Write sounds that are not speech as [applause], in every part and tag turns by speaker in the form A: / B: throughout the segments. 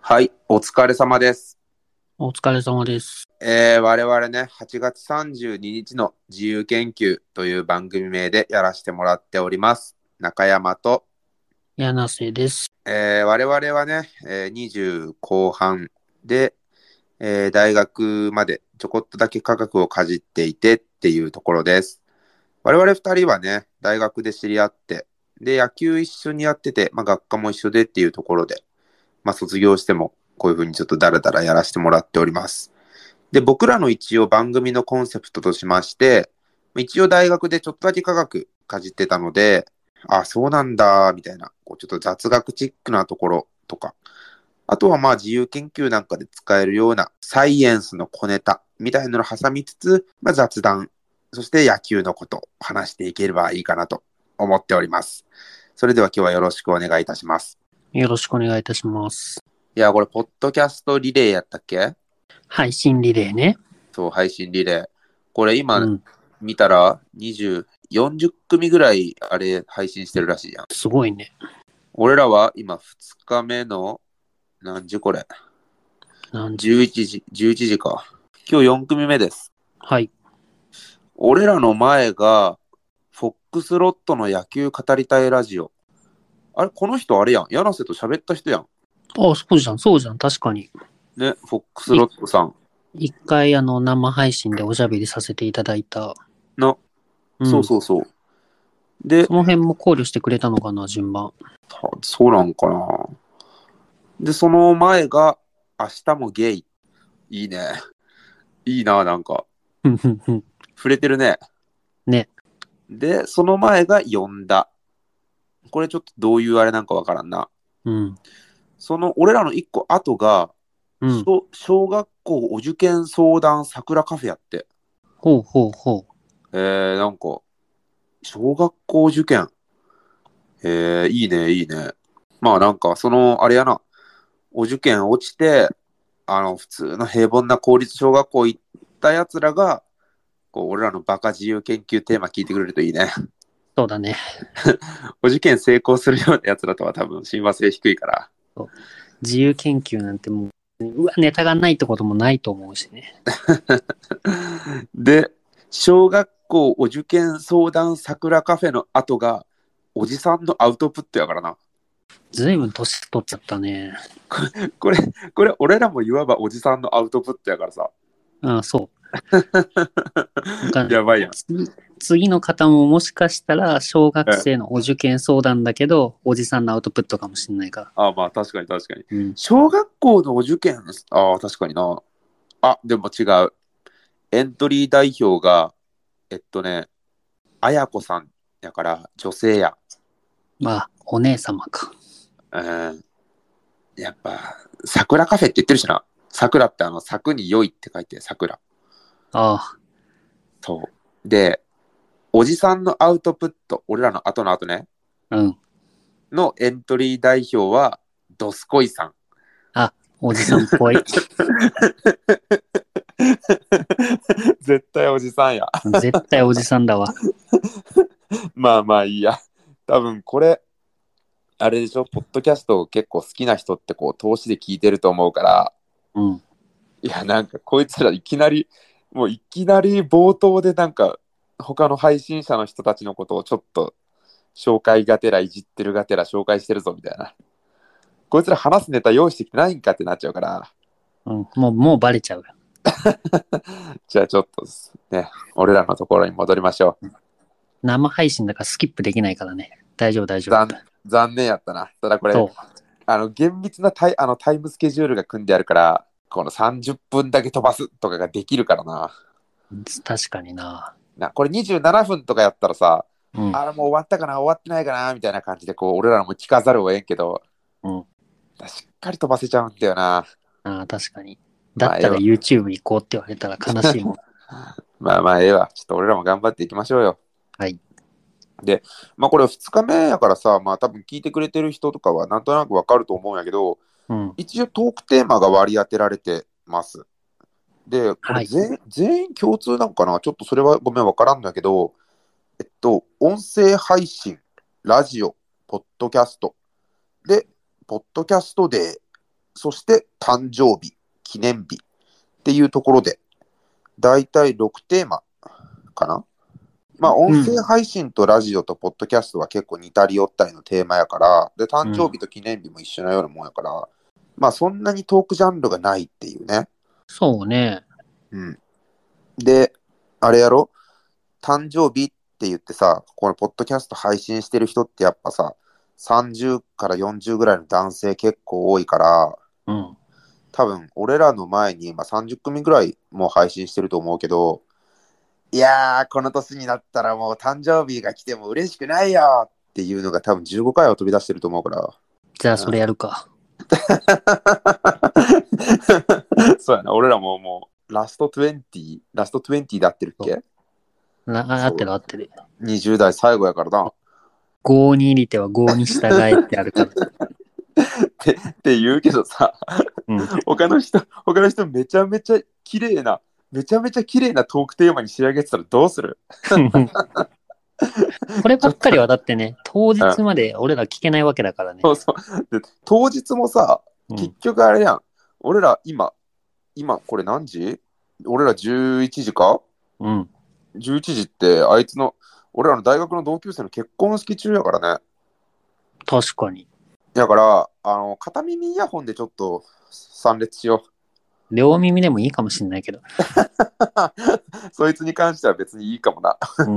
A: はい、お疲れ様です。
B: お疲れ様です。
A: えー我々ね、8月32日の自由研究という番組名でやらせてもらっております。中山と、
B: 柳瀬です。
A: えー我々はね、えー20後半で、えー大学までちょこっとだけ科学をかじっていてっていうところです。我々2人はね、大学で知り合って、で、野球一緒にやってて、まあ、学科も一緒でっていうところで、まあ、卒業してもこういうふうにちょっとダラダラやらせてもらっております。で、僕らの一応番組のコンセプトとしまして、一応大学でちょっとだけ科学かじってたので、あ、そうなんだ、みたいな、こうちょっと雑学チックなところとか、あとはまあ自由研究なんかで使えるようなサイエンスの小ネタみたいなのを挟みつつ、まあ、雑談、そして野球のことを話していければいいかなと思っております。それでは今日はよろしくお願いいたします。
B: よろしくお願いいたします。
A: いや、これ、ポッドキャストリレーやったっけ
B: 配信リレーね。
A: そう、配信リレー。これ今
B: うん、
A: 見たら20、40組ぐらいあれ配信してるらしいやん。
B: すごいね。
A: 俺らは今2日目の、何時これ
B: 何時
A: ?11 時、11時か。今日4組目です。
B: はい。
A: 俺らの前が、フォックスロットの野球語りたいラジオ。あれ、この人あれやん。柳瀬と喋った人やん。
B: あ、そうじゃん、そうじゃん。確かに。
A: ね、フォックスロットさん。
B: 一回、あの、生配信でおしゃべりさせていただいた。
A: な、
B: うん、
A: そうそうそう。で
B: そ、の辺も考慮してくれたのかな、順番。
A: たそうなんかな。で、その前が、明日もゲイ。いいね。いいな、なんか。
B: ふんふんふん
A: 触れてるね。
B: ね。
A: で、その前が呼んだ。これちょっとどういうあれなんかわからんな。
B: うん。
A: その、俺らの一個後が、
B: うん。
A: 小小学校お受験相談桜カフェやって。
B: ほうほうほう。
A: えー、なんか、小学校受験。えー、いいね、いいね。まあなんか、その、あれやな、お受験落ちて、あの、普通の平凡な公立小学校行ったやつらが、こう、俺らのバカ自由研究テーマ聞いてくれるといいね。
B: そうだね。
A: お受験成功するようなやつらとは多分、親和性低いから。
B: 自由研究なんてもう、うわ、ネタがないってこともないと思うしね。
A: で、小学校お受験相談桜カフェの後が、おじさんのアウトプットやからな。
B: ずいぶん年取っちゃったね。
A: これ、これ、俺らもいわばおじさんのアウトプットやからさ。
B: あそう。 [laughs] なんか
A: やばいやん。
B: 次次の方ももしかしたら小学生のお受験相談だけど、おじさんのアウトプットかもしれないから。
A: あまあ確かに確かに。
B: うん、
A: 小学校のお受験、ああ、確かにな。あ、でも違う。エントリー代表が、えっとね、あやこさんやから女性や。
B: まあ、お姉様か。
A: うん。やっぱ、桜カフェって言ってるしな。桜ってあの、柵に良いって書いて、桜。
B: あ
A: そう。で、おじさんのアウトプット、俺らの後の後ね、
B: あ、うん。
A: のエントリー代表は、ドスコイさん。
B: おじさんっぽい。
A: [laughs] 絶対おじさんや。
B: 絶対おじさんだわ。
A: まあまあいいや。多分これ、あれでしょ、ポッドキャストを結構好きな人ってこう投資で聞いてると思うから、
B: うん。
A: いやなんかこいつらいきなり、もういきなり冒頭でなんか他の配信者の人たちのことをちょっと紹介がてらいじってるがてら紹介してるぞみたいな。こいつら話すネタ用意してきてないんかってなっちゃうから、
B: うん、もう、もうバレちゃうよ。
A: じゃあちょっとね、俺らのところに戻りましょう。
B: 生配信だからスキップできないからね。大丈夫、大丈夫。
A: 残念やったな。ただこれ、
B: そう。
A: あの厳密なタイあのタイムスケジュールが組んであるから、この30分だけ飛ばすとかができるからな。
B: 確かにな。
A: なこれ27分とかやったらさ、
B: うん。
A: あれもう終わったかな、終わってないかなみたいな感じで、こう、俺らも聞かざるを得んけど、
B: うん
A: しっかり飛ばせちゃうんだよな。
B: ああ、確かに。だったら YouTube 行こうって言われたら悲しいもん。
A: まあまあ、ええわ。ちょっと俺らも頑張っていきましょうよ。
B: はい。
A: で、まあこれ2日目やからさ、まあ多分聞いてくれてる人とかはなんとなくわかると思うんやけど、
B: うん。
A: 一応トークテーマが割り当てられてます。で、こ
B: は
A: れ
B: い
A: 全,、全員共通なんかなちょっとそれはごめんわからんだけど、えっと、音声配信、ラジオ、ポッドキャスト、で、ポッドキャストデー、そして誕生日、記念日っていうところで、だいたい6テーマかな。まあ、音声配信とラジオとポッドキャストは結構似たり寄ったりのテーマやから、で、誕生日と記念日も一緒なようなもんやから、まあ、そんなにトークジャンルがないっていうね。
B: そうね。
A: うん。で、あれやろ誕生日って言ってさ、このポッドキャスト配信してる人ってやっぱさ、30から40ぐらいの男性結構多いから、
B: うん。
A: 多分俺らの前に今30組ぐらいもう配信してると思うけど、いやー、この年になったらもう誕生日が来ても嬉しくないよっていうのが多分15回は飛び出してると思うから。
B: じゃあ、それやるか。
A: [laughs] そうやな、俺らももう、ラスト20、ラスト20で合ってるっけ
B: なあ、合ってる合ってる。
A: ?20 代最後やからな。
B: 郷に入りては郷に従えってあるから。
A: って言うけどさ、
B: うん。
A: 他の人、他の人めちゃめちゃ綺麗な、めちゃめちゃ綺麗なトークテーマに仕上げてたらどうする
B: こればっかりはだってね、当日まで俺ら聞けないわけだからね。
A: そうそう。で、当日もさ、
B: うん
A: 結局あれやん。俺ら今、今これ何時俺ら11時か
B: うん。
A: ?11 時ってあいつの、俺らの大学の同級生の結婚式中やからね。
B: 確かに。
A: だから、あの、片耳イヤホンでちょっと参列しよ
B: 両耳でもいいかもしんないけど。
A: う。 [laughs] そいつに関しては別にいいかもな。
B: うん。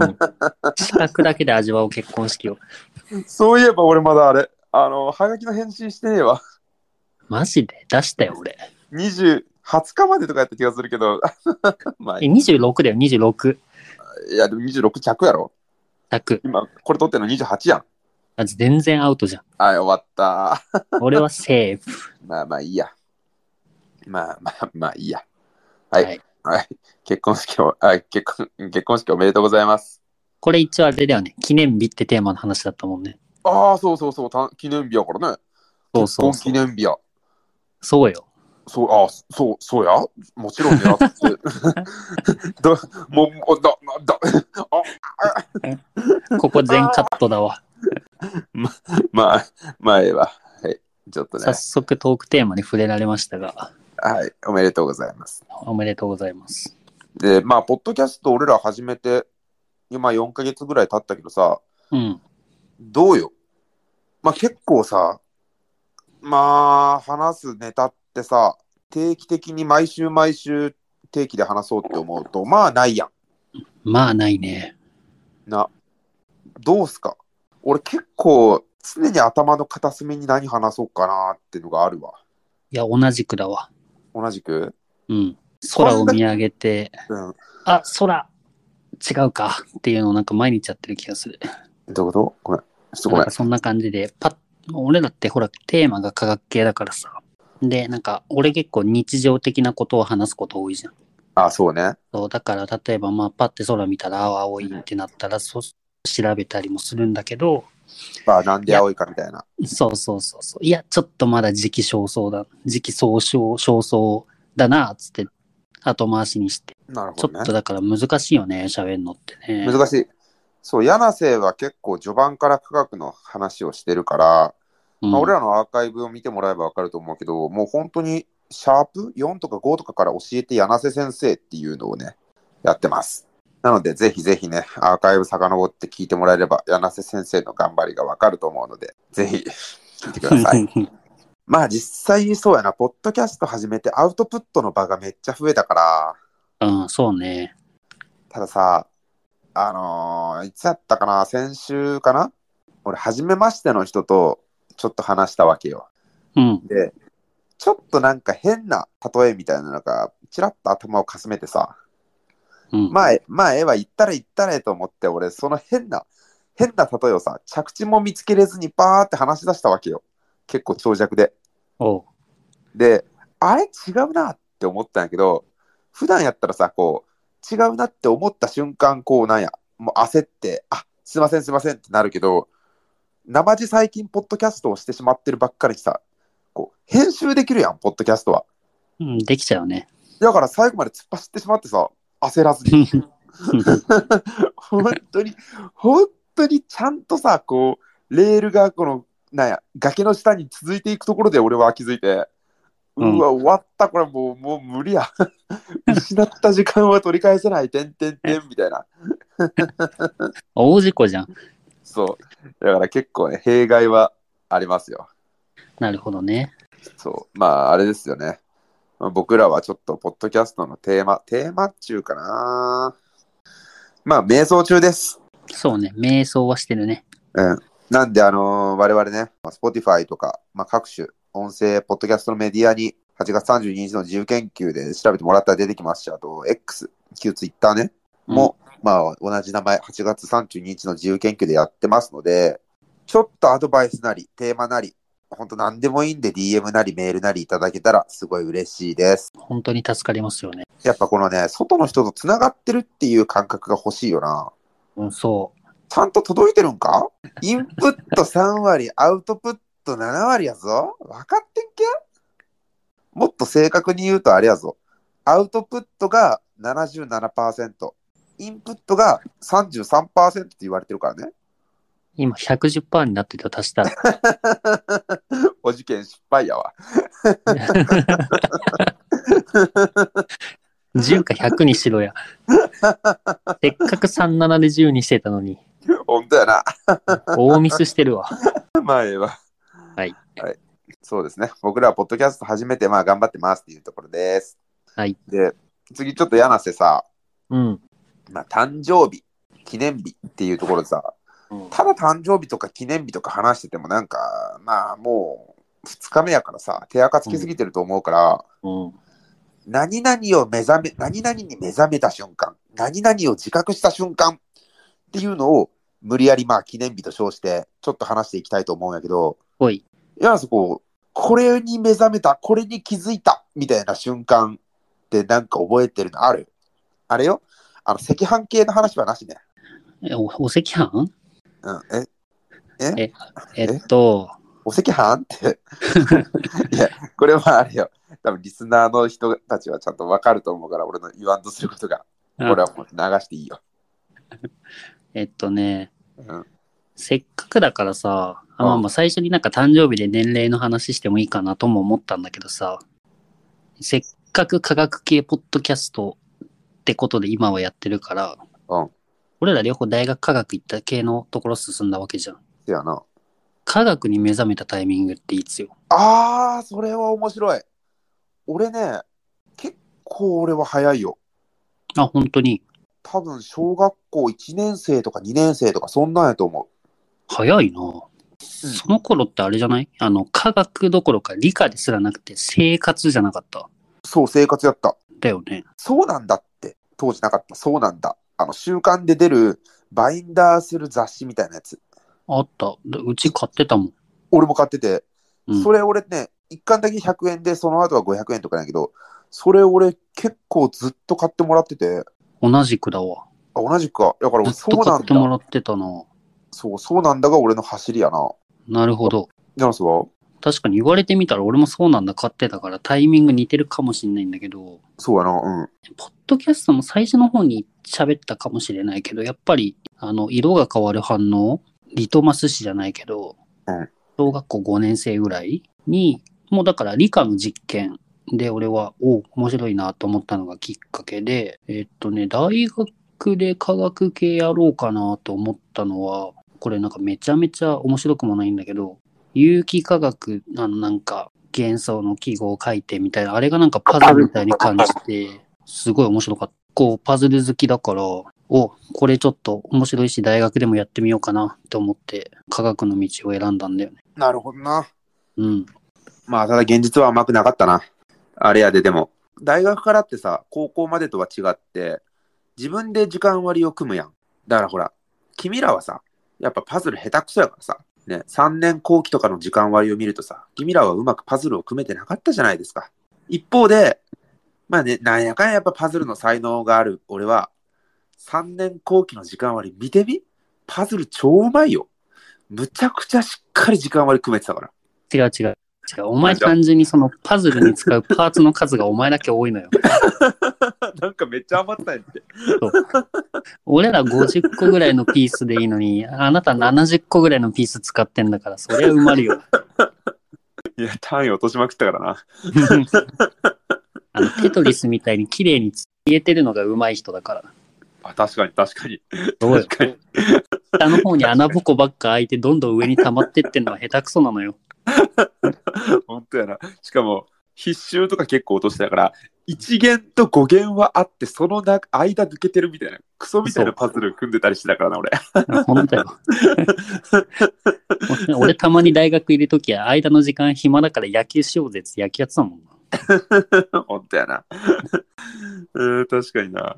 B: 視覚だけで味わう結婚式を。
A: そういえば俺まだあれ、あの、はがきの返信してねえわ。
B: マジで出したよ、俺。
A: 20、20日までとかやった気がするけど、 [laughs] まあ
B: え、
A: い
B: 26だよ、26。
A: いや、でも26着やろ
B: 100。
A: 今、これ撮ってんの28やん。
B: あ全然アウトじゃん。
A: はい、終わった。
B: 俺はセーフ。
A: まあまあいいや。まあまあまあいいや。はい。
B: は
A: はいい。結婚式を、あ結婚、結婚式おめでとうございます。
B: これ一応あれだよね。記念日ってテーマの話だったもんね。
A: ああ、そうそうそう、た記念日やからね。
B: そうそうそ
A: 結
B: う。
A: 婚記念日や。
B: そうよ。
A: そう、あそう、そうや。 [laughs] もちろん狙って。どもう、もうだ、だ、
B: ここ全カットだわ。
A: まあ、まあええわ。はい。ちょっとね
B: 早。速トークテーマに触れられましたが、
A: はい。おめでとうございます。
B: おめでとうございます。
A: で、まあ、ポッドキャスト俺ら始めて、今4ヶ月ぐらい経ったけどさ、
B: うん。
A: どうよ。まあ、結構さ、まあ、話すネタってさ、定期的に毎週毎週定期で話そうって思うと、まあ、ないや
B: まあ、ないね。
A: ん。な。どうすか俺結構、常に頭の片隅に何話そうかなっていうのがあるわ。
B: いや、同じくだわ。
A: 同じく。
B: うん。空を見上げて、
A: うん。
B: あ、空違うかっていうのをなんか毎日やってる気がする。
A: どういうことごめん。ちょっとごめ
B: なん
A: ん
B: か。そんな感じで、パッ、俺だってほら、テーマが科学系だからさ。で、なんか、俺結構日常的なことを話すこと多いじゃん。
A: あ、そうね。
B: そうだから、例えば、まあ、パッて空見たら、あ青いってなったら、そう調べたりもするんだけど、
A: まあ、なんで青いかみたいな。
B: そうそうそうそう。いや、ちょっとまだ時期尚早だ、時期尚早、尚早だな、つって、後回しにして。
A: なる
B: ちょ
A: ほどね
B: っ。とだから難しいよね、喋んのってね。
A: 難しい。そう、柳瀬は結構序盤から科学の話をしてるから、
B: うん
A: まあ、俺らのアーカイブを見てもらえば分かると思うけど、もう本当にシャープ4とか5とかから教えて柳瀬先生っていうのをね、やってます。なので、ぜひぜひね、アーカイブ遡って聞いてもらえれば、柳瀬先生の頑張りが分かると思うので、ぜひ聞いてく
B: [laughs]
A: ださい。まあ実際そうやな、ポッドキャスト始めてアウトプットの場がめっちゃ増えたから、
B: うん、そうね。
A: たださ、あのーいつやったかな、先週かな俺、初めましての人とちょっと話したわけよ。
B: うん、
A: で、ちょっとなんか変な例えみたいなのが、ちらっと頭をかすめてさ、
B: うん。
A: まあ、まあ、ええわ、言ったれ言ったれと思って、俺、その変な、変な例えをさ、着地も見つけれずにバーって話し出したわけよ。結構長尺で。
B: おう
A: で、あれ違うなって思ったんやけど、普段やったらさ、こう、違うなって思った瞬間、こう、なんや、もう焦って、あすいません、すいませんってなるけど、生地最近、ポッドキャストをしてしまってるばっかりさ、こう、編集できるやん、ポッドキャストは。
B: うん、できちゃうね。 [laughs]
A: だから最後まで突っ走ってしまってさ、焦らずに。本当に、本当にちゃんとさ、こう、レールがこの、なんや、崖の下に続いていくところで俺は気づいて、
B: うん
A: うわ、終わった、これもう、もう無理 [laughs] や。失った時間は取り返せない、てんてんてんみたいな。
B: 大事故じゃん。
A: そう。だから結構ね、弊害はありますよ。
B: なるほどね。
A: そう。まあ、あれですよね。まあ僕らはちょっと、ポッドキャストのテーマ、テーマっちゅうかな。まあ、瞑想中です。
B: そうね。瞑想はしてるね。
A: うん。なんで、あのー我々ね、まあ Spotify とか、まあ、各種音声、ポッドキャストのメディアに、8月32日の自由研究で調べてもらったら出てきますし、あと、X、旧 Twitter ね、
B: うん
A: も、まあ、同じ名前、8月32日の自由研究でやってますので、ちょっとアドバイスなり、テーマなり、本当何でもいいんで DM なりメールなりいただけたらすごい嬉しいです。
B: 本当に助かりますよね。
A: やっぱこのね、外の人と繋がってるっていう感覚が欲しいよな。
B: うん、そ
A: ちゃんと届いてるんかインプット3割、アウトプット7割やぞ。分かってんけもっと正確に言うとあれやぞ。アウトプットが77%、インプットが33%って言われてるからね。 [laughs]
B: う。今110%になってたよ足したら。
A: お受験失敗やわ。
B: 10か100にしろや。せっかく37で10にしてたのに、
A: 本当やな。
B: 大ミスしてるわ。
A: まあええわ。
B: はい。
A: はい。そうですね。僕らはポッドキャスト初めて、まあ頑張ってますっていうところです。
B: はい。
A: で、次ちょっと柳瀬さ、
B: うん。
A: まあ誕生日、記念日っていうところでさ、ただ誕生日とか記念日とか話しててもなんかまあもう2日目やからさ手垢つきすぎてると思うから、
B: うん。
A: 何々を目覚め何々に目覚めた瞬間何々を自覚した瞬間っていうのを無理やりまあ記念日と称してちょっと話していきたいと思うんやけど
B: おい。
A: いやそこうこれに目覚めたこれに気づいたみたいな瞬間ってなんか覚えてるのあるあれよあの赤飯系の話はなしね、
B: えお、お赤飯
A: うん、え
B: えっと、
A: お赤飯って。 [laughs] いや、これはあれよ。多分リスナーの人たちはちゃんとわかると思うから、俺の言わんとすることが、これはもう流していいよ。
B: えっとね、
A: うん、
B: せっかくだからさ、あまあ
A: うん
B: まあ最初になんか誕生日で年齢の話してもいいかなとも思ったんだけどさ、せっかく科学系ポッドキャストってことで今はやってるから、
A: うん
B: 俺ら両方大学科学行った系のところ進んだわけじゃん。
A: せやな。
B: 科学に目覚めたタイミングっていつよ。
A: あー、それは面白い。俺ね、結構俺は早いよ。
B: あ、本当に。
A: 多分小学校1年生とか2年生とか、そんなんやと思
B: 早いな、その頃ってあれじゃないあの、科学どころか理科ですらなくて生活じゃなかった。
A: う。そう、生活やった。
B: だよね。
A: そうなんだって、当時なかった。そうなんだ。あの、週刊で出る、バインダーする雑誌みたいなやつ。
B: あった。でうち買ってたもん。
A: 俺も買ってて、
B: うん
A: それ俺ね、一巻だけ100円で、その後は500円とかなんやけど、それ俺結構ずっと買ってもらってて、
B: 同じくだわ。
A: あ同じくか。だから俺、
B: ずっ
A: そうな
B: と買
A: ん
B: っても
A: だ。
B: らってたな。
A: そう、そうなんだが俺の走りやな。
B: なるほど。
A: ジャナスは
B: 確かに言われてみたら俺もそうなんだ買ってたからタイミング似てるかもしんないんだけど、
A: そうやな、うん。
B: ポッドキャストも最初の方に喋ったかもしれないけど、やっぱりあの色が変わる反応、リトマス紙じゃないけど、
A: うん
B: 小学校5年生ぐらいに、もうだから理科の実験で俺は、お面白いなと思ったのがきっかけで、えっとね、大学で科学系やろうかなと思ったのは、これなんかめちゃめちゃ面白くもないんだけど、有機化学あのなんか幻想の記号を書いてみたいな、あれがなんかパズルみたいに感じて、すごい面白かった。こう、パズル好きだから、お、これちょっと面白いし、大学でもやってみようかなって思って、科学の道を選んだんだよね。
A: なるほどな。
B: うん。
A: まあ、ただ現実は甘くなかったな。あれやで、でも。大学からってさ、高校までとは違って、自分で時間割を組むやん。だからほら、君らはさ、やっぱパズル下手くそやからさ、ね、3年後期とかの時間割を見るとさ、君らはうまくパズルを組めてなかったじゃないですか。一方で、まあね、なんやかんややっぱパズルの才能がある俺は、3年後期の時間割見てみパズル超うまいよ。むちゃくちゃしっかり時間割組めてたから。
B: 違う違う。違う。お前単純にそのパズルに使うパーツの数がお前だけ多い
A: [laughs]
B: のよ。
A: [laughs] なんかめっちゃ余ったんやって。
B: 俺ら50個ぐらいのピースでいいのに、あなた70個ぐらいのピース使ってんだから、そりゃ埋まるよ。
A: いや、単位落としまくったからな。
B: あの、テトリスみたいに綺麗に消えてるのが上手い人だから。
A: あ、確かに、確かに。
B: どうよ
A: 確かに。
B: 下の方に穴ぼこばっか開いて、どんどん上に溜まってってんのは下手くそなのよ。
A: 本当やな。しかも、必修とか結構落としてたから、1弦と5弦はあって、そのな間抜けてるみたいな、クソみたいなパズル組んでたりしてたからな、俺。 [laughs]
B: 本当よ。 [laughs] 俺たまに大学いるときは、間の時間暇だから野球しようぜって野球やってたもんな。
A: 本当やな。 [laughs] うん、確かにな。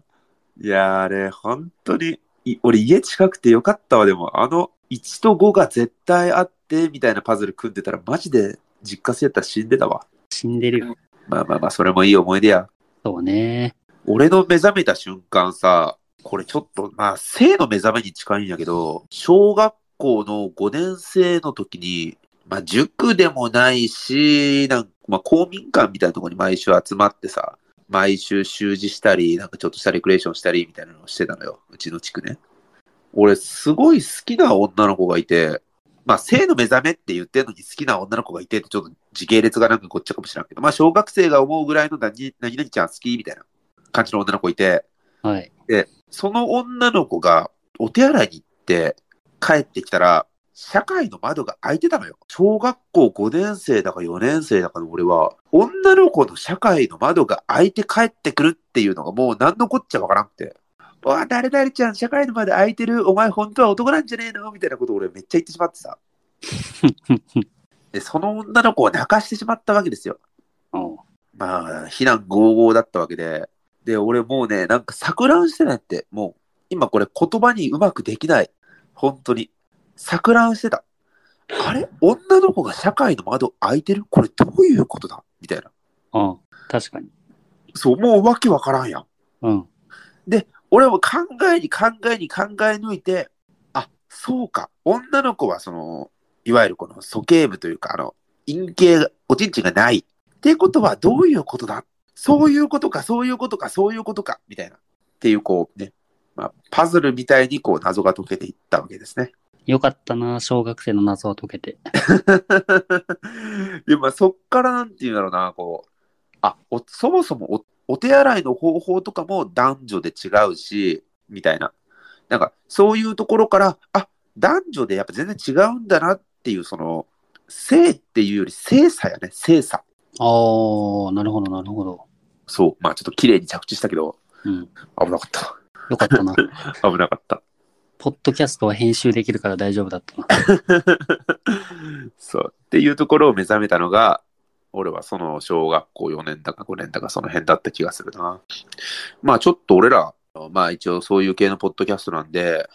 A: いやー、あれ、本当に、い俺家近くてよかったわ、でも、あの、1と5が絶対あって、みたいなパズル組んでたら、マジで実家生やったら死んでたわ。
B: 死んでるよ。
A: まあまあまあ、それもいい思い出や。
B: そうね。
A: 俺の目覚めた瞬間さ、これちょっと、まあ、生の目覚めに近いんやけど、小学校の5年生の時に、まあ、塾でもないし、なんか、まあ、公民館みたいなところに毎週集まってさ、毎週習字したり、なんかちょっとしたレクレーションしたりみたいなのをしてたのよ。うちの地区ね。俺、すごい好きな女の子がいて、まあ、性の目覚めって言ってんのに好きな女の子がいてって、ちょっと時系列がなんかこっちかもしれんけど、まあ、小学生が思うぐらいの何何々ちゃん好きみたいな感じの女の子いて、
B: はい。
A: その女の子がお手洗いに行って帰ってきたら、社会の窓が開いてたのよ。小学校5年生だか4年生だかの俺は、女の子の社会の窓が開いて帰ってくるっていうのがもう何のこっちゃわからなくて。わあ、誰々ちゃん、社会の窓開いてる。お前本当は男なんじゃねえのみたいなことを俺めっちゃ言ってしまってさ。で、その女の子を泣かしてしまったわけですよ。
B: おう
A: まあ、非難合々だったわけで、で、俺もうね、なんか錯乱してないって、もう、今これ言葉にうまくできない。本当に。錯乱してた。あれ女の子が社会の窓開いてるこれどういうことだみたいな。
B: うん。確かに。
A: そう、もうわけわからんやん。
B: うん。
A: 俺も考えに考えに考え抜いて、あ、そうか。女の子はその、いわゆるこの素形部というか、あの、陰茎が、おちんちんがない。ってことはどういうことだそういうことか、そういうことか、そういうことか、みたいな。っていう、こうね、まあ、パズルみたいにこう謎が解けていったわけですね。
B: よかったな、小学生の謎は解けて。
A: [laughs] でもまあそっからなんていうんだろうな、こう、あおそもそもおお手洗いの方法とかも男女で違うし、みたいな。なんか、そういうところから、あ男女でやっぱ全然違うんだなっていう、その、性っていうより性差やね、性差。
B: ああ、なるほど、なるほど。
A: そう、まあちょっと綺麗に着地したけど、
B: うん。
A: 危なかった。
B: よかったな。
A: 危なかった。
B: [laughs] ポッドキャストは編集できるから大丈夫だったな。
A: そう。っていうところを目覚めたのが、俺はその小学校4年だか5年だかその辺だった気がするな。まあちょっと俺ら、まあ一応そういう系のポッドキャストなんで、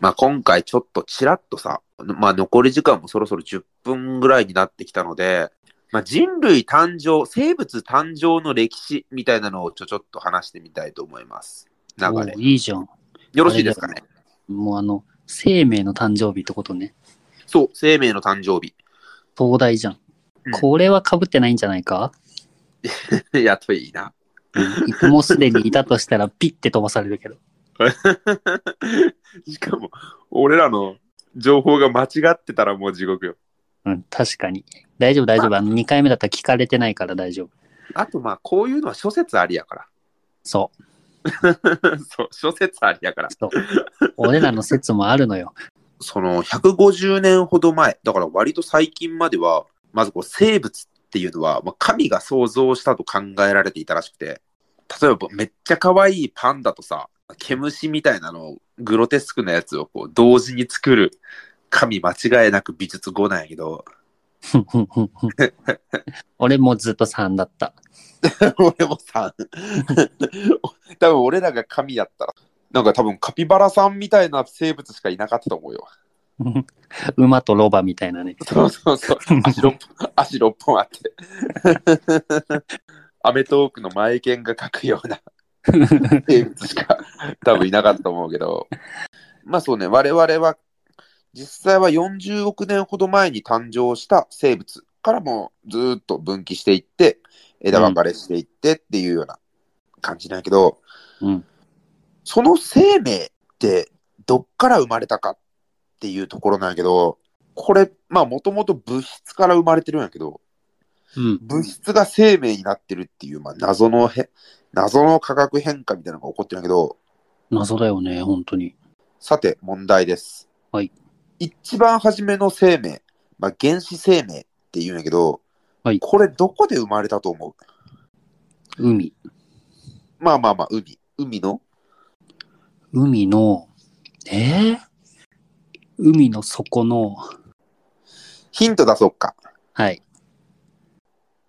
A: まあ今回ちょっとちらっとさ、まあ残り時間もそろそろ10分ぐらいになってきたので、まあ人類誕生、生物誕生の歴史みたいなのをちょちょっと話してみたいと思います。流
B: お
A: れ
B: う。いいじゃん。
A: よろしいですかね
B: もうあの、生命の誕生日ってことね。
A: そう、生命の誕生日。 [laughs]
B: 東大じゃん。
A: うん
B: これは被ってないんじゃないか、
A: やっといいな。
B: もうすでにいたとしたらピッて飛ばされるけど。
A: [laughs] しかも、俺らの情報が間違ってたらもう地獄よ。
B: うん、確かに。大丈夫、大丈夫。あの、2回目だったら聞かれてないから大丈夫。
A: あとまあ、こういうのは諸説ありやか
B: そう、
A: ら。 [laughs] そう、諸説ありやから。
B: そう。俺らの説もあるのよ。
A: その、150年ほど前、だから割と最近までは、まずこう、生物っていうのは、まあ、神が創造したと考えられていたらしくて、例えばめっちゃ可愛いパンダとさ、毛虫みたいなのを、グロテスクなやつをこう、同時に作る神間違いなく美術語なんやけど、
B: ふんふんふんふん [laughs] 俺もずっと3だった。
A: [laughs] 俺もさ、多分俺らが神やったら、なんか多分カピバラさんみたいな生物しかいなかったと思うよ。 [laughs]
B: 馬とロバみたいなね。
A: そうそうそう。足6本、 [laughs] 足6本あって。 [laughs] アメトーークの前剣が書くような [laughs] 生物しか多分いなかったと思うけど。まあそうね、我々は実際は40億年ほど前に誕生した生物からもずーっと分岐していって、枝分かれしていってっていうような感じなんやけど、
B: うん。
A: その生命ってどっから生まれたかっていうところなんやけど、これ、まあ、もともと物質から生まれてるんやけど、
B: うん。
A: 物質が生命になってるっていう、まあ、謎のへ、謎の化学変化みたいなのが起こってるんやけど、
B: 謎だよね、本当に。
A: さて、問題です。
B: はい。
A: 一番初めの生命、まあ、原始生命っていうんやけど、
B: はい
A: これ、どこで生まれたと思う
B: 海。
A: まあまあまあ、海。海の
B: 海の、えー、海の底の、
A: ヒント出そうか。
B: はい。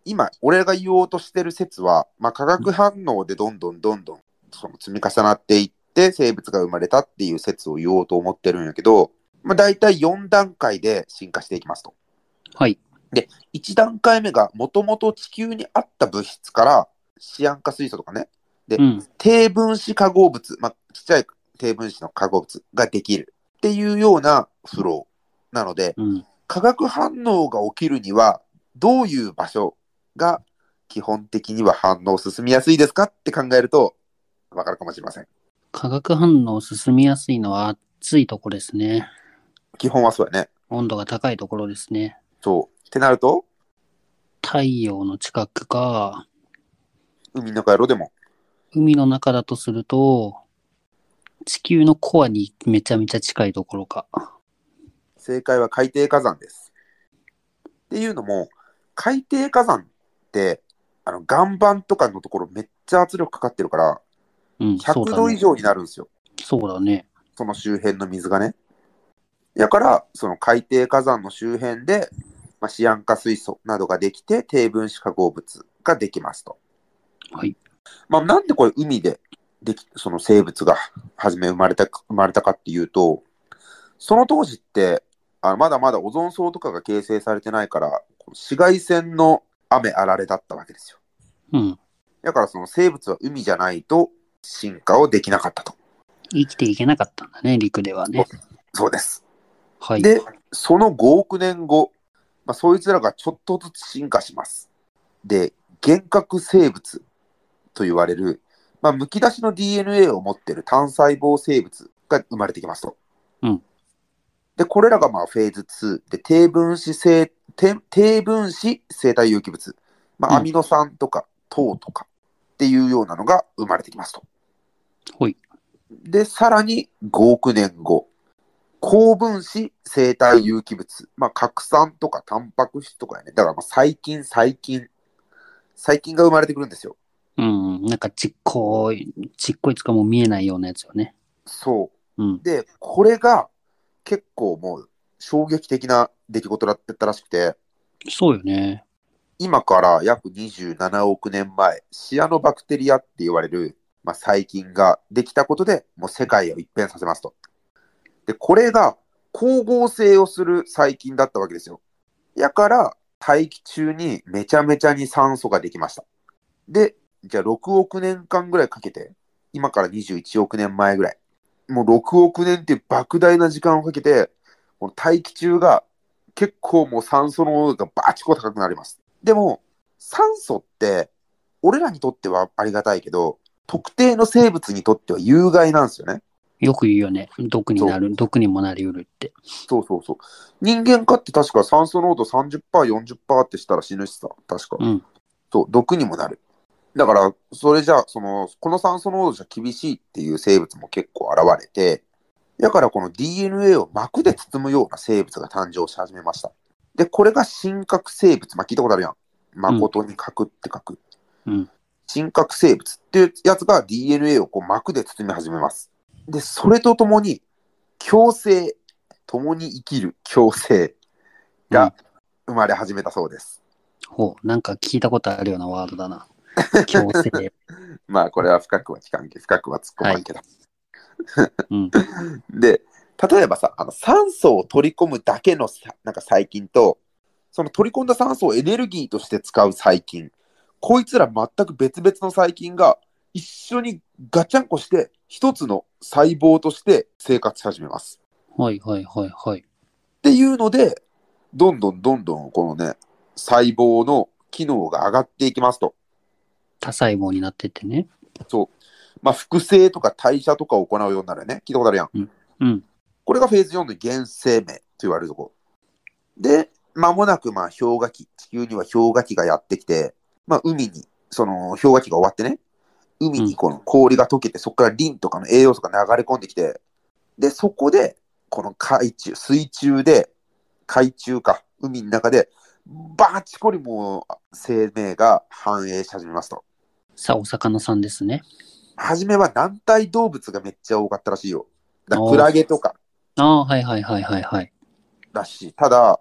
A: 今、俺が言おうとしてる説は、まあ、化学反応でどんどんどんどんその積み重なっていって生物が生まれたっていう説を言おうと思ってるんやけど、まあ、大体4段階で進化していきますと。
B: はい。
A: 1段階目がもともと地球にあった物質からシアン化水素とかね、
B: うん。
A: 低分子化合物、まあ、ちっちゃい低分子の化合物ができるっていうようなフローなので、
B: うん。
A: 化学反応が起きるにはどういう場所が基本的には反応進みやすいですかって考えるとわかるかもしれません。
B: 化学反応進みやすいのは暑いとこですね。
A: 基本はそうやね。
B: 温度が高いところですね。
A: そう。ってなると、
B: 太陽の近くか、
A: 海の回路でも、
B: 海の中だとすると、地球のコアにめちゃめちゃ近いところか。
A: 正解は海底火山です。っていうのも、海底火山って、あの岩盤とかのところめっちゃ圧力かかってるから、
B: うん、そう
A: 100
B: だ
A: 度以
B: ね。
A: 上になるんですよ。
B: そうだね。
A: その周辺の水がね。だから、その海底火山の周辺で、まあ、シアン化水素などができて、低分子化合物ができますと。
B: はい。
A: まあ、なんでこれ海ででき、その生物が初め生まれた、生まれたかっていうと、その当時って、あまだまだオゾン層とかが形成されてないから、この紫外線の雨あられだったわけですよ。
B: うん。
A: だからその生物は海じゃないと進化をできなかったと。
B: 生きていけなかったんだね、陸ではね。
A: そうです。
B: はい。
A: で、その5億年後、まあ、そいつらがちょっとずつ進化します。で、原核生物と言われる、まあ、むき出しの DNA を持っている単細胞生物が生まれてきますと。
B: うん
A: で、これらがまあフェーズ2で、低分子生、低低分子生体有機物、まあ、
B: うん
A: アミノ酸とか糖とかっていうようなのが生まれてきますと。
B: ほい。
A: で、さらに5億年後、高分子生体有機物、まあ、核酸とかタンパク質とかやね、だからまあ細菌、細菌、細菌が生まれてくるんですよ。
B: うん。なんかちっこい、ちっこいつかもう見えないようなやつよね。
A: そ
B: うん
A: う。。で、これが結構もう衝撃的な出来事だったらしくて、
B: そうよね。
A: 今から約27億年前、シアノバクテリアって言われる、まあ、細菌ができたことで、もう世界を一変させますと。で、これが光合成をする細菌だったわけですよ。やから、大気中にめちゃめちゃに酸素ができました。で、じゃあ6億年間ぐらいかけて、今から21億年前ぐらい、もう6億年っていう莫大な時間をかけて、この大気中が結構もう酸素の濃度がバチコ高くなります。でも、酸素って、俺らにとってはありがたいけど、特定の生物にとっては有害なんですよね。
B: よく言うよね。毒になる、毒にもなりうるって。
A: そうそうそう。人間かって確か酸素濃度30%、40%ってしたら死ぬしさ、確か。
B: うん。
A: そう、毒にもなる。だから、それじゃあ、その、この酸素濃度じゃ厳しいっていう生物も結構現れて、だからこの DNA を膜で包むような生物が誕生し始めました。で、これが真核生物。まあ、聞いたことあるやん。誠に核って書く。
B: うん。
A: 真核生物っていうやつが DNA をこう膜で包み始めます。で、それとともに、共生、共に生きる共生が生まれ始めたそうです。
B: ほう。なんか聞いたことあるようなワードだ
A: [laughs]
B: な。強制。
A: まあこれは深くは聞かんけ深くは突っ込まんけど、
B: うん。
A: [laughs] で例えばさあの酸素を取り込むだけのさなんか細菌とその取り込んだ酸素をエネルギーとして使う細菌こいつら全く別々の細菌が一緒にガチャンコして一つの細胞として生活し始めます
B: はいはいはいはい。
A: っていうのでどんどんどんどんこのね細胞の機能が上がっていきますと
B: 多細胞になってってね。
A: まあ複製とか代謝とかを行うようになるよね聞いたことあるやん
B: うん。
A: これがフェーズ4の原生命と言われるとこ。で、間もなくまあ氷河期、地球には氷河期がやってきて、まあ海に、その氷河期が終わってね、海にこの氷が溶けて、そこからリンとかの栄養素が流れ込んできて、で、そこで、この海中、水中で、海中か、海の中で、バチコリもう生命が繁栄し始めますと。
B: さあ、お魚さんですね。
A: 初めは軟体動物がめっちゃ多かったらしいよ。だから
B: おー
A: クラゲとか
B: ああー、はいはいはいはいはい。
A: らしい。ただ、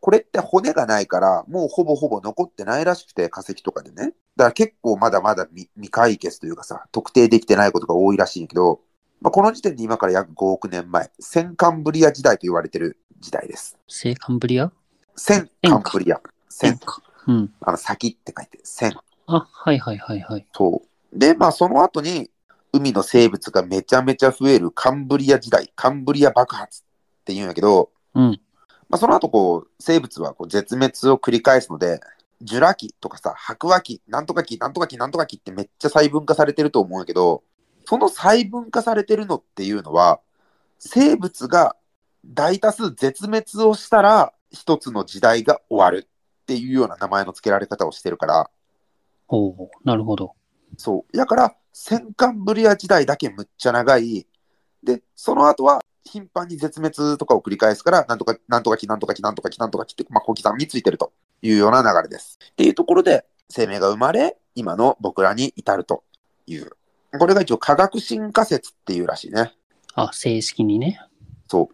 A: これって骨がないから、もうほぼほぼ残ってないらしくて、化石とかでね。だから結構まだまだ未未解決というかさ、特定できてないことが多いらしいんだけど、まあ、この時点で今から約5億年前、センカンブリア時代と言われてる時代です。
B: セカンブリア
A: センカンブリア。セン、
B: か。うん。
A: あの先って書いて、セン。
B: あ、はいはいはいはい。
A: そう。で、まあその後に、海の生物がめちゃめちゃ増えるカンブリア時代、カンブリア爆発って言うんやけど、
B: うん。
A: まあ、その後こう、生物はこう絶滅を繰り返すので、ジュラ紀とかさ、白亜紀、なんとか紀、なんとか紀、なんとか紀ってめっちゃ細分化されてると思うんやけど、その細分化されてるのっていうのは、生物が大多数絶滅をしたら、一つの時代が終わるっていうような名前の付けられ方をしてるから、
B: おおなるほど。
A: そう。だから、戦艦ブリア時代だけむっちゃ長い。で、その後は、頻繁に絶滅とかを繰り返すから、なんとか、なんとかき、なんとかき、なんとかき、なんとかきって、まあ、小刻みについてるというような流れです。っていうところで、生命が生まれ、今の僕らに至るという。これが一応、科学進化説っていうらしいね。
B: あ、正式にね。
A: そ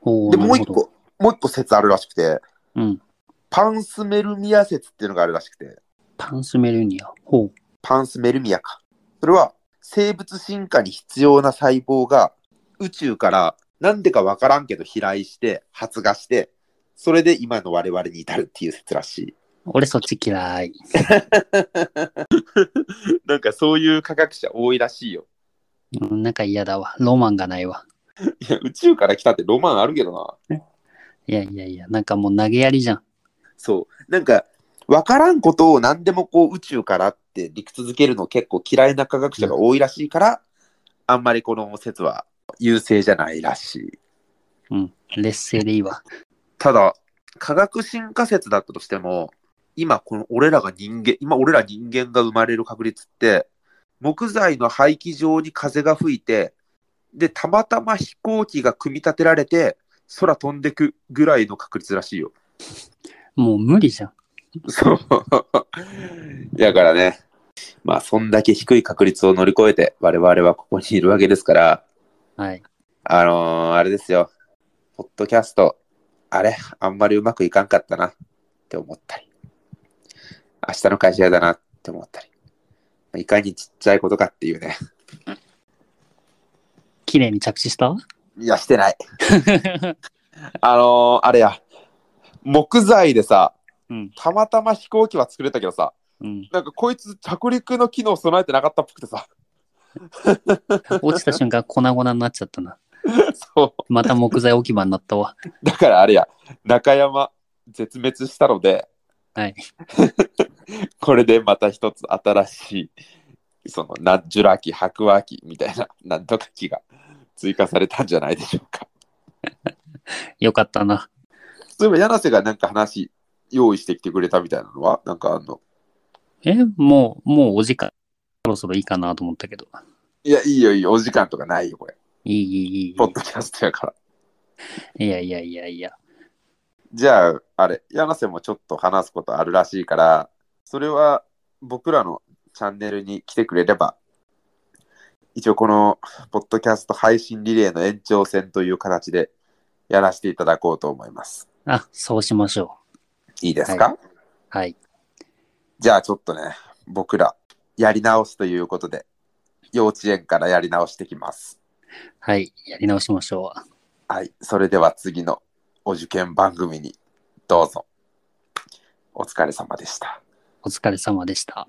B: お
A: う。
B: お
A: で、もう一。
B: なるほど
A: 個、もう一個説あるらしくて、
B: うん。
A: パンスメルミア説っていうのがあるらしくて、
B: パンスメルニア。ほう。
A: パンスメルミアか。それは生物進化に必要な細胞が宇宙から何でか分からんけど飛来して発芽してそれで今の我々に至るっていう説らしい。
B: 俺そっち嫌い。
A: なんかそういう科学者多いらしいよ。
B: うん、なんか嫌だわ。ロマンがないわ。
A: いや宇宙から来たってロマンあるけどな。
B: いやいやいや、なんかもう投げやりじゃん。
A: そう。なんか分からんことを何でもこう宇宙からって理屈づけるの結構嫌いな科学者が多いらしいから、あんまりこの説は優勢じゃないらしい。
B: うん。劣勢でいいわ。
A: ただ、科学進化説だったとしても、今、この俺らが人間、今、俺ら人間が生まれる確率って、木材の排気場に風が吹いて、で、たまたま飛行機が組み立てられて、空飛んでくぐらいの確率らしいよ。
B: もう無理じゃん。
A: そう。 [laughs] だからね、まあ、そんだけ低い確率を乗り越えて、我々はここにいるわけですから、
B: はい。
A: あのーあれですよ、ポッドキャスト、あれ、あんまりうまくいかんかったなって思ったり、明日の会社やだなって思ったり、いかにちっちゃいことかっていうね。
B: 綺麗に着地した
A: いや、してない。 [laughs] あのーあれや、木材でさ、
B: うん
A: たまたま飛行機は作れたけどさ、
B: うん。
A: なんかこいつ着陸の機能備えてなかったっぽくてさ、 [laughs]
B: 落ちた瞬間粉々になっちゃったな。
A: そう。
B: また木材置き場になったわ。
A: だからあれや、中山絶滅したので、
B: はい
A: [laughs] これでまた一つ新しい、そのナジュラ紀、白亜紀みたいな、なんとか紀が追加されたんじゃないでしょうか。
B: よかったな。
A: そういえば、柳瀬がなんか話用意してきてくれたみたいなのは、なんかあんの、
B: え、もう、もうお時間。そろそろいいかなと思ったけど。
A: いや、いいよ、いいよ、お時間とかないよ、これ。
B: いい、いい、い
A: ポッドキャストやから。
B: い。いやいやいやいや。
A: じゃあ、あれ、柳瀬もちょっと話すことあるらしいから、それは僕らのチャンネルに来てくれれば、一応この、ポッドキャスト配信リレーの延長戦という形でやらせていただこうと思います。
B: あ、そうしましょ
A: いいですか、
B: はう。はい。
A: じゃあちょっとね、僕ら、やり直すということで、幼稚園からやり直してきます。
B: はい。やり直しましょう。
A: はい、それでは次のお受験番組にどうぞ。お疲れ様でした。
B: お疲れ様でした。